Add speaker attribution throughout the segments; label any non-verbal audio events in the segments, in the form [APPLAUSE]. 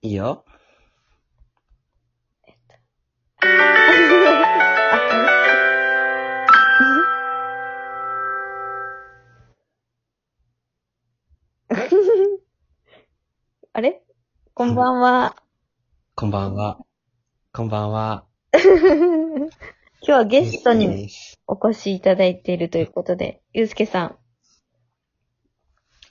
Speaker 1: いいよ。
Speaker 2: あれ [LAUGHS] こんばんは。
Speaker 1: こんばんは。こんばんは。
Speaker 2: 今日はゲストに
Speaker 1: です
Speaker 2: お越しいただいているということで、ゆうすけさん、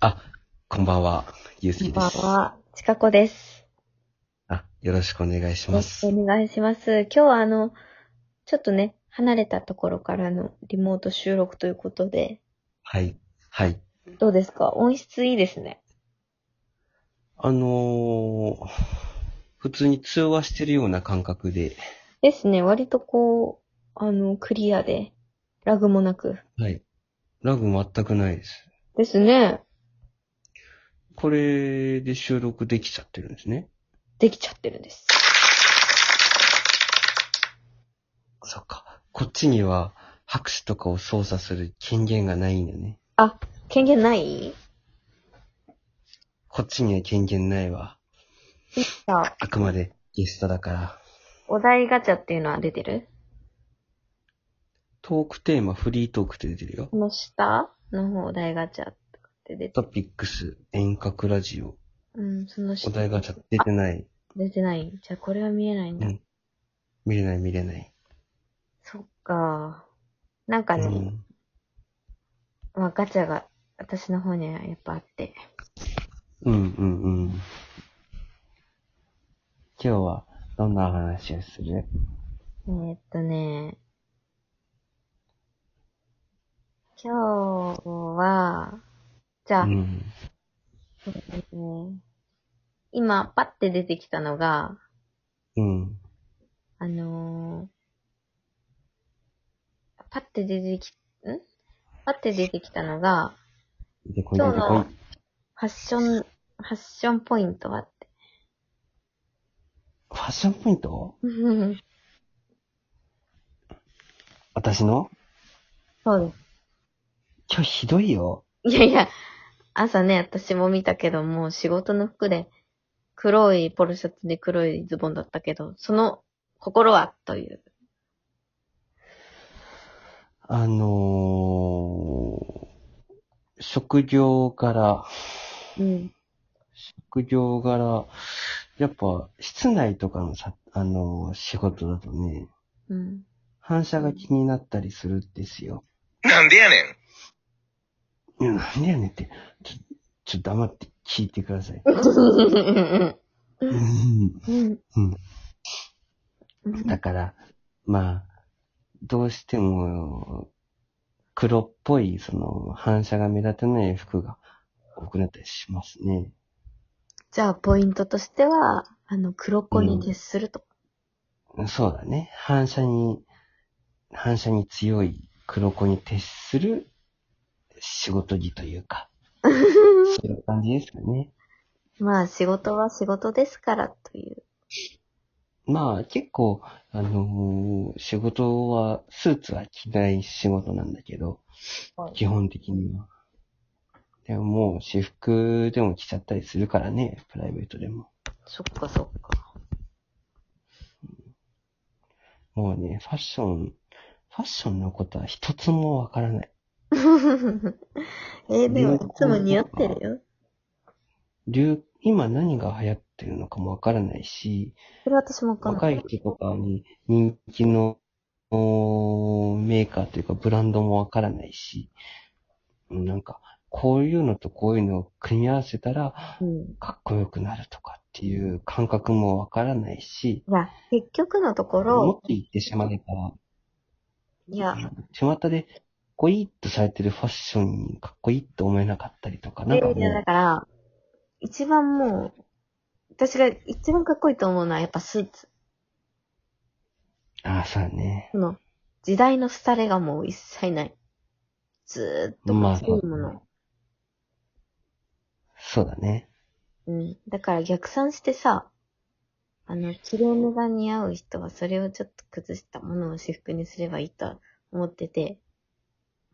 Speaker 1: あ、こんばんは。ゆうす
Speaker 2: こ
Speaker 1: け
Speaker 2: ん
Speaker 1: で
Speaker 2: ばん
Speaker 1: す。
Speaker 2: は。ちかこです。
Speaker 1: あ、よろしくお願いし
Speaker 2: よろ
Speaker 1: ま
Speaker 2: しく
Speaker 1: す。
Speaker 2: お願いします。今日はあの、ちょっとね、離れたところからのリモート収録ということで、
Speaker 1: はい。はい。
Speaker 2: どうですか音質いいですね。
Speaker 1: あのー、普通に通話してるような感覚で、
Speaker 2: ですね、割とこう、あの、クリアで、ラグもなく。
Speaker 1: はい。ラグ全くないです。
Speaker 2: ですね、
Speaker 1: これで収録できちゃってるんですね。
Speaker 2: できちゃってるんです。
Speaker 1: そっか。こっちには拍手とかを操作する権限がないんだね。
Speaker 2: あ、権限ない
Speaker 1: こっちには権限ないわ。
Speaker 2: さあ、
Speaker 1: あくまでゲストだから。
Speaker 2: お題ガチャっていうのは出てる
Speaker 1: トークテーマフリートークって出てるよ。
Speaker 2: この下の方、お題ガチャって出て
Speaker 1: ト
Speaker 2: る。
Speaker 1: ピックス、遠隔ラジオ、
Speaker 2: うん、その
Speaker 1: お
Speaker 2: 下
Speaker 1: 題ガチャ出てない。
Speaker 2: 出てない。じゃあこれは見えないんだ。
Speaker 1: うん見れない見れない。
Speaker 2: そっか。なんか
Speaker 1: う
Speaker 2: ね、
Speaker 1: ん。
Speaker 2: まあガチャが私の方にはやっぱあって。
Speaker 1: うんうんうん。今日はどんなお話をする
Speaker 2: えー、っとね、今日は、じゃあ、
Speaker 1: うん。
Speaker 2: そうですね。今、パッて出てきたのが、
Speaker 1: うん。
Speaker 2: あのー、パッて出てき、んパッて出てきたのが、
Speaker 1: で、こ
Speaker 2: 今
Speaker 1: れ
Speaker 2: 日
Speaker 1: で
Speaker 2: の
Speaker 1: こい。
Speaker 2: ファッション、ファッションポイントはって。
Speaker 1: ファッションポイント
Speaker 2: そ
Speaker 1: 私の
Speaker 2: うで
Speaker 1: 今日ひどいよ。
Speaker 2: す。いやいや、朝ね、私も見たけど、もう仕事の服で、黒いポロシャツで黒いズボンだったけど、その心はという。
Speaker 1: あのー、職業柄、
Speaker 2: うん。
Speaker 1: 職業柄、やっぱ室内とかのさ、あのー、仕事だとね、
Speaker 2: うん。
Speaker 1: 反射が気になったりするんですよ。
Speaker 3: なんでやねん。
Speaker 1: いや、なんでやねんって。ちょ、ちょ、黙って聞いてください。うん
Speaker 2: うん。
Speaker 1: だから、まあ、どうしても、黒っぽい、その、反射が目立たない服が多くなったりしますね。
Speaker 2: じゃあ、ポイントとしては、あの、黒子に徹すると。
Speaker 1: そうだね。反射に、反射に強い黒子に徹する仕事着という
Speaker 3: [LAUGHS]
Speaker 1: か、そういう感じですかね。
Speaker 2: まあ、仕事は仕事ですから、という。
Speaker 1: まあ結構、あのー仕事は、スーツは着ない仕事なんだけど、
Speaker 2: はい
Speaker 1: 基本的には。でももう私服でも着ちゃったりするからね、プライベートでも。
Speaker 2: そっかそっ [LAUGHS] か。
Speaker 1: もうね、ファッション、ファッションのことは一つもわからない。
Speaker 2: えーでも、いつも似合ってるよ。
Speaker 1: 流、今何が流行ってるのかもわからないし、
Speaker 2: それ私もわかんな
Speaker 1: 若い人とかに人気のおーメーカーというかブランドもわからないし、なんか、こういうのとこういうのを組み合わせたら
Speaker 2: うん。
Speaker 1: かっこよくなるとかっていう感覚もわからないし、
Speaker 2: いや、結局のとこ
Speaker 1: もっ
Speaker 2: ろ
Speaker 1: と、言ってしまえば、
Speaker 2: いや、
Speaker 1: 巷でかっこいいとされてるファッションにかっこいいって思えなかったりとか、なんかも
Speaker 2: いやだ
Speaker 1: う、
Speaker 2: から、一番もう、私が一番かっこいいと思うのはやっぱスーツ。
Speaker 1: ああ、そうだね。
Speaker 2: その、時代の廃れがもう一切ない。ずーっ
Speaker 1: ま
Speaker 2: と
Speaker 1: あ
Speaker 2: そういうもの。
Speaker 1: そうだね。
Speaker 2: うん。だから逆算してさ、あの、綺麗めが似合う人はそれをちょっと崩したものを私服にすればいいと思ってて、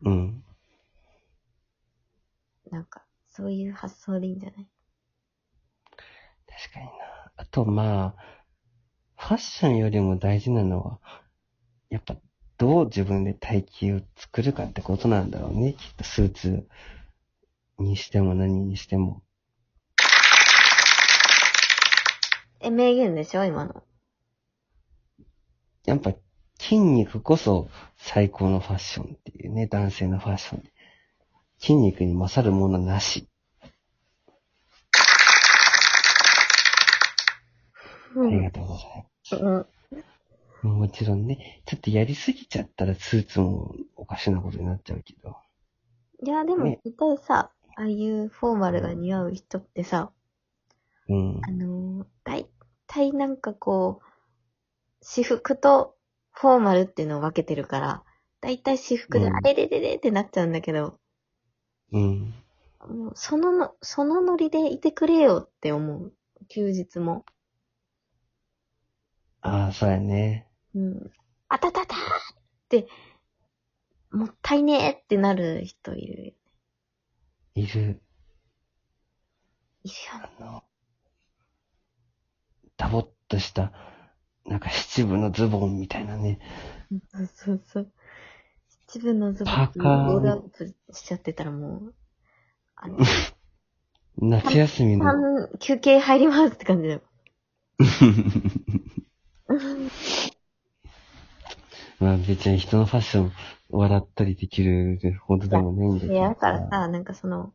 Speaker 1: うん。
Speaker 2: なんか、そういう発想でいいんじゃない
Speaker 1: 確かにな。あとまあ、ファッションよりも大事なのは、やっぱどう自分で体型を作るかってことなんだろうね。きっとスーツにしても何にしても。
Speaker 2: え、名言でしょ今の。
Speaker 1: やっぱ筋肉こそ最高のファッションっていうね、男性のファッションで。筋肉に勝るものなし。あ
Speaker 2: う
Speaker 1: りが
Speaker 2: ん。
Speaker 1: とうございます。
Speaker 2: うん
Speaker 1: もちろんね、ちょっとやりすぎちゃったらスーツもおかしなことになっちゃうけど。
Speaker 2: いや、でも
Speaker 1: ね
Speaker 2: 絶対さ、ああいうフォーマルが似合う人ってさ、
Speaker 1: うん。
Speaker 2: あのー、大体なんかこう、私服とフォーマルっていうのを分けてるから、大体私服で、
Speaker 1: うん
Speaker 2: あれれれれってなっちゃうんだけど、
Speaker 1: うん。
Speaker 2: もうそのの、そのノリでいてくれよって思う。休日も。
Speaker 1: ああ、そうやね。
Speaker 2: うん。あたたたーって、もったいねーってなる人いる。
Speaker 1: いる。
Speaker 2: いるよね。
Speaker 1: あの、ダボっとした、なんか七分のズボンみたいなね。
Speaker 2: そうそうそう。自分のズボン
Speaker 1: パーカー
Speaker 2: ロールアップしちゃってたら
Speaker 1: [LAUGHS]
Speaker 2: もう、あの、
Speaker 1: 夏休みの。
Speaker 2: 半休憩入りますって感じだよ。
Speaker 1: [LAUGHS] まあ別に人のファッション笑ったりできるほどでもないんだけ
Speaker 2: い
Speaker 1: ど。
Speaker 2: や、だからさ、なんかその、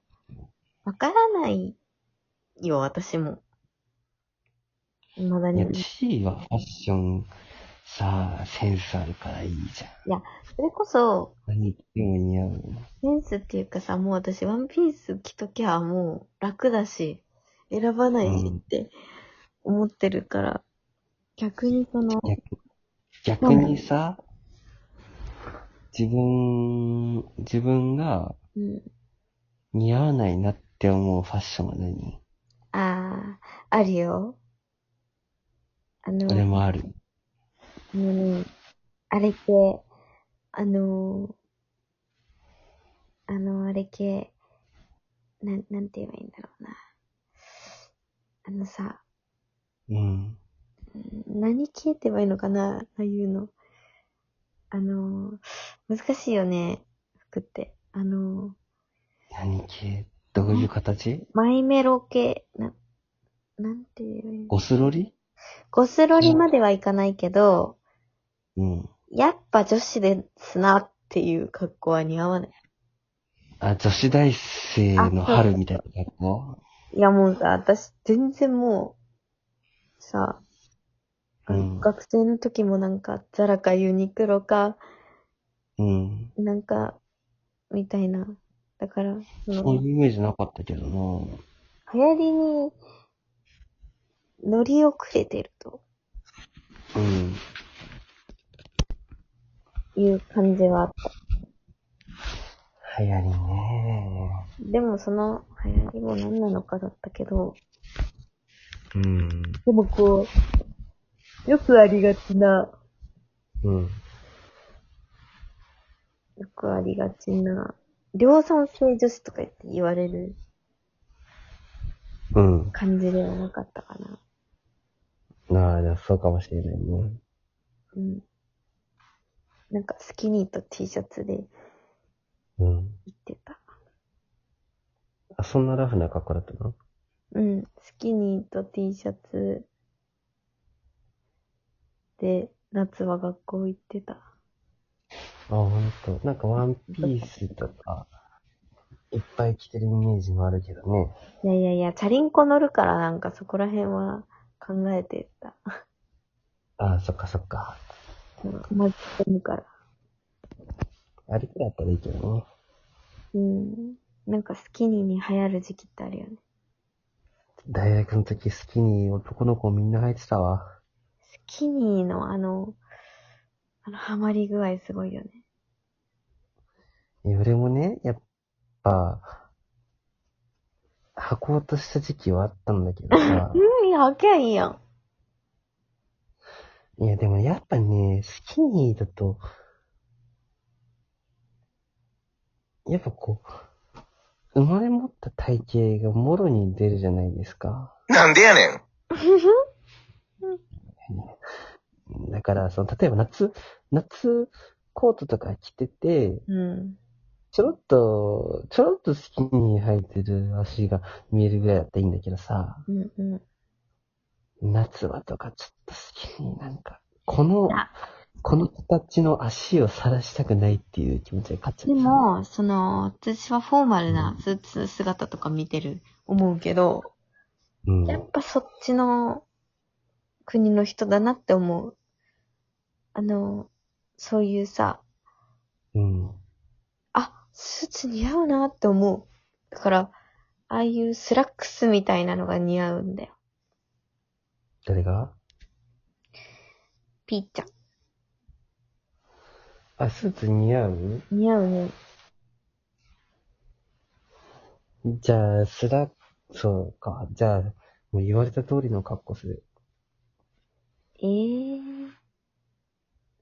Speaker 2: わからないよ、私も。未だ
Speaker 1: いや、
Speaker 2: に。
Speaker 1: C はファッション、さあ、センスあるからいいじゃん。
Speaker 2: それこそ、
Speaker 1: 何着ても似合う。
Speaker 2: センスっていうかさ、もう私ワンピース着ときゃもう楽だし、選ばないしって思ってるから、逆にその、
Speaker 1: 逆逆にさ、自分、自分が
Speaker 2: うん、
Speaker 1: 似合わないなって思うファッションは何
Speaker 2: ああ、あるよ。あの、
Speaker 1: 俺もある。
Speaker 2: あのね、あれ系、あのー、あの、あれ系、なん、なんて言えばいいんだろうな。あのさ、
Speaker 1: うん。
Speaker 2: うん何系って言えばいいのかなああいうの。あのー、難しいよね、服って。あの
Speaker 1: 何系どういう形
Speaker 2: ー、マイメロ系、な、なんて言えばいいの
Speaker 1: ゴスロリ
Speaker 2: ゴスロリまではいかないけど、
Speaker 1: うん。
Speaker 2: やっぱ女子ですなっていう格好は似合わない。
Speaker 1: あ、女子大生の春みたいな格好
Speaker 2: いやもうさ、私全然もう、さ、
Speaker 1: うん
Speaker 2: 学生の時もなんか、ザラかユニクロか、
Speaker 1: うん。
Speaker 2: なんか、みたいな。だから、
Speaker 1: そ
Speaker 2: そ
Speaker 1: うい
Speaker 2: の、
Speaker 1: うイメージなかったけどな。
Speaker 2: 流行りに、乗り遅れてると
Speaker 1: うん。
Speaker 2: いう感じはあった。
Speaker 1: 流行りね。
Speaker 2: でもその流行りも何なのかだったけど、
Speaker 1: うん。
Speaker 2: でもこう、よくありがちな、
Speaker 1: うん。
Speaker 2: よくありがちな、量産性女子とか言って言われる
Speaker 1: うん。
Speaker 2: 感じではなかったかな。
Speaker 1: なあ、でもそうかもしれないね。
Speaker 2: うん。なんかスキニーと T シャツで
Speaker 1: う
Speaker 2: 行
Speaker 1: ん。
Speaker 2: ってた。
Speaker 1: あ、そんなラフな格好だったの
Speaker 2: うん。スキニーと T シャツで夏は学校行ってた。
Speaker 1: あ、ほんと。なんかワンピースとか、いっぱい着てるイメージもあるけどね。
Speaker 2: いやいやいや、チャリンコ乗るからなんかそこら辺は考えてた。
Speaker 1: ああ、そっかそっか。
Speaker 2: うん巻き込むから。
Speaker 1: あれくらいだったらいいけどね。
Speaker 2: うん。なんかスキニーに流行る時期ってあるよね。
Speaker 1: 大学の時好きに男の子みんな履いてたわ。
Speaker 2: スキニーのあの、あの、ハマり具合すごいよね。
Speaker 1: え俺もね、やっぱ、履こうとした時期はあったんだけど [LAUGHS] さ。
Speaker 2: うん、いや、履きゃいいや [LAUGHS] ん。
Speaker 1: いや、でもやっぱね、スキニーだと、やっぱこう、生まれ持った体型がもろに出るじゃないですか。
Speaker 3: なんでやねん。
Speaker 1: から、その、例えば夏、夏コートとか着てて、
Speaker 2: うん。
Speaker 1: ちょろっと、ちょろっとスキニー履いてる足が見えるぐらいだったらいいんだけどさ、
Speaker 2: うんうん。
Speaker 1: 夏場とかちょっとスキニーなんか、この
Speaker 2: あ、
Speaker 1: この形の足を晒したくないっていう気持ちが勝っちゃう。
Speaker 2: で、も、その、私はフォーマルなスーツ姿とか見てる、思うけど、
Speaker 1: うん、
Speaker 2: やっぱそっちの国の人だなって思う。あの、そういうさ、
Speaker 1: うん。
Speaker 2: あ、スーツ似合うなって思う。だから、ああいうスラックスみたいなのが似合うんだよ。
Speaker 1: 誰が
Speaker 2: ピーちゃん。
Speaker 1: あ、スーツ似合う
Speaker 2: 似合うね。
Speaker 1: じゃあ、スラック、そうか。じゃあ、もう言われた通りの格好する。
Speaker 2: ええ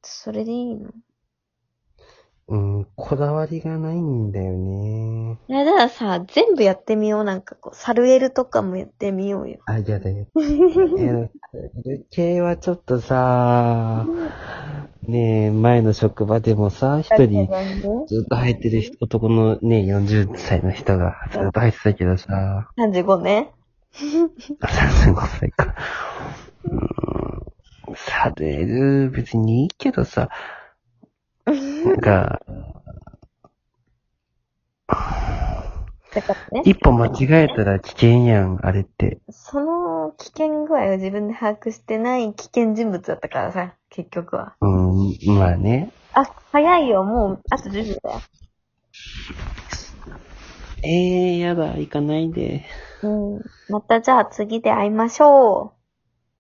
Speaker 2: それでいいの
Speaker 1: うん、こだわりがないんだよね。
Speaker 2: いや、だからさ、全部やってみよう。なんかこう、サルエルとかもやってみようよ。
Speaker 1: あ、やだ
Speaker 2: [LAUGHS]
Speaker 1: よ。えー系はちょっとさ、ねえ、前の職場でもさ、一人
Speaker 2: だってね
Speaker 1: ずっと入ってる人男のね、40歳の人がずっと入ってたけどさ、
Speaker 2: 35ね。
Speaker 1: あ35歳か。うーん、サデル、別にいいけどさ、なんか、
Speaker 2: だからね、
Speaker 1: 一歩間違えたら危険やん、あれって。
Speaker 2: その危険具合を自分で把握してない危険人物だったからさ、結局は。
Speaker 1: うん、まあね。
Speaker 2: あ、早いよ。もう、あと10秒だよ。
Speaker 1: [LAUGHS] ええー、やだ、行かないで。
Speaker 2: うん。またじゃあ次で会いましょう。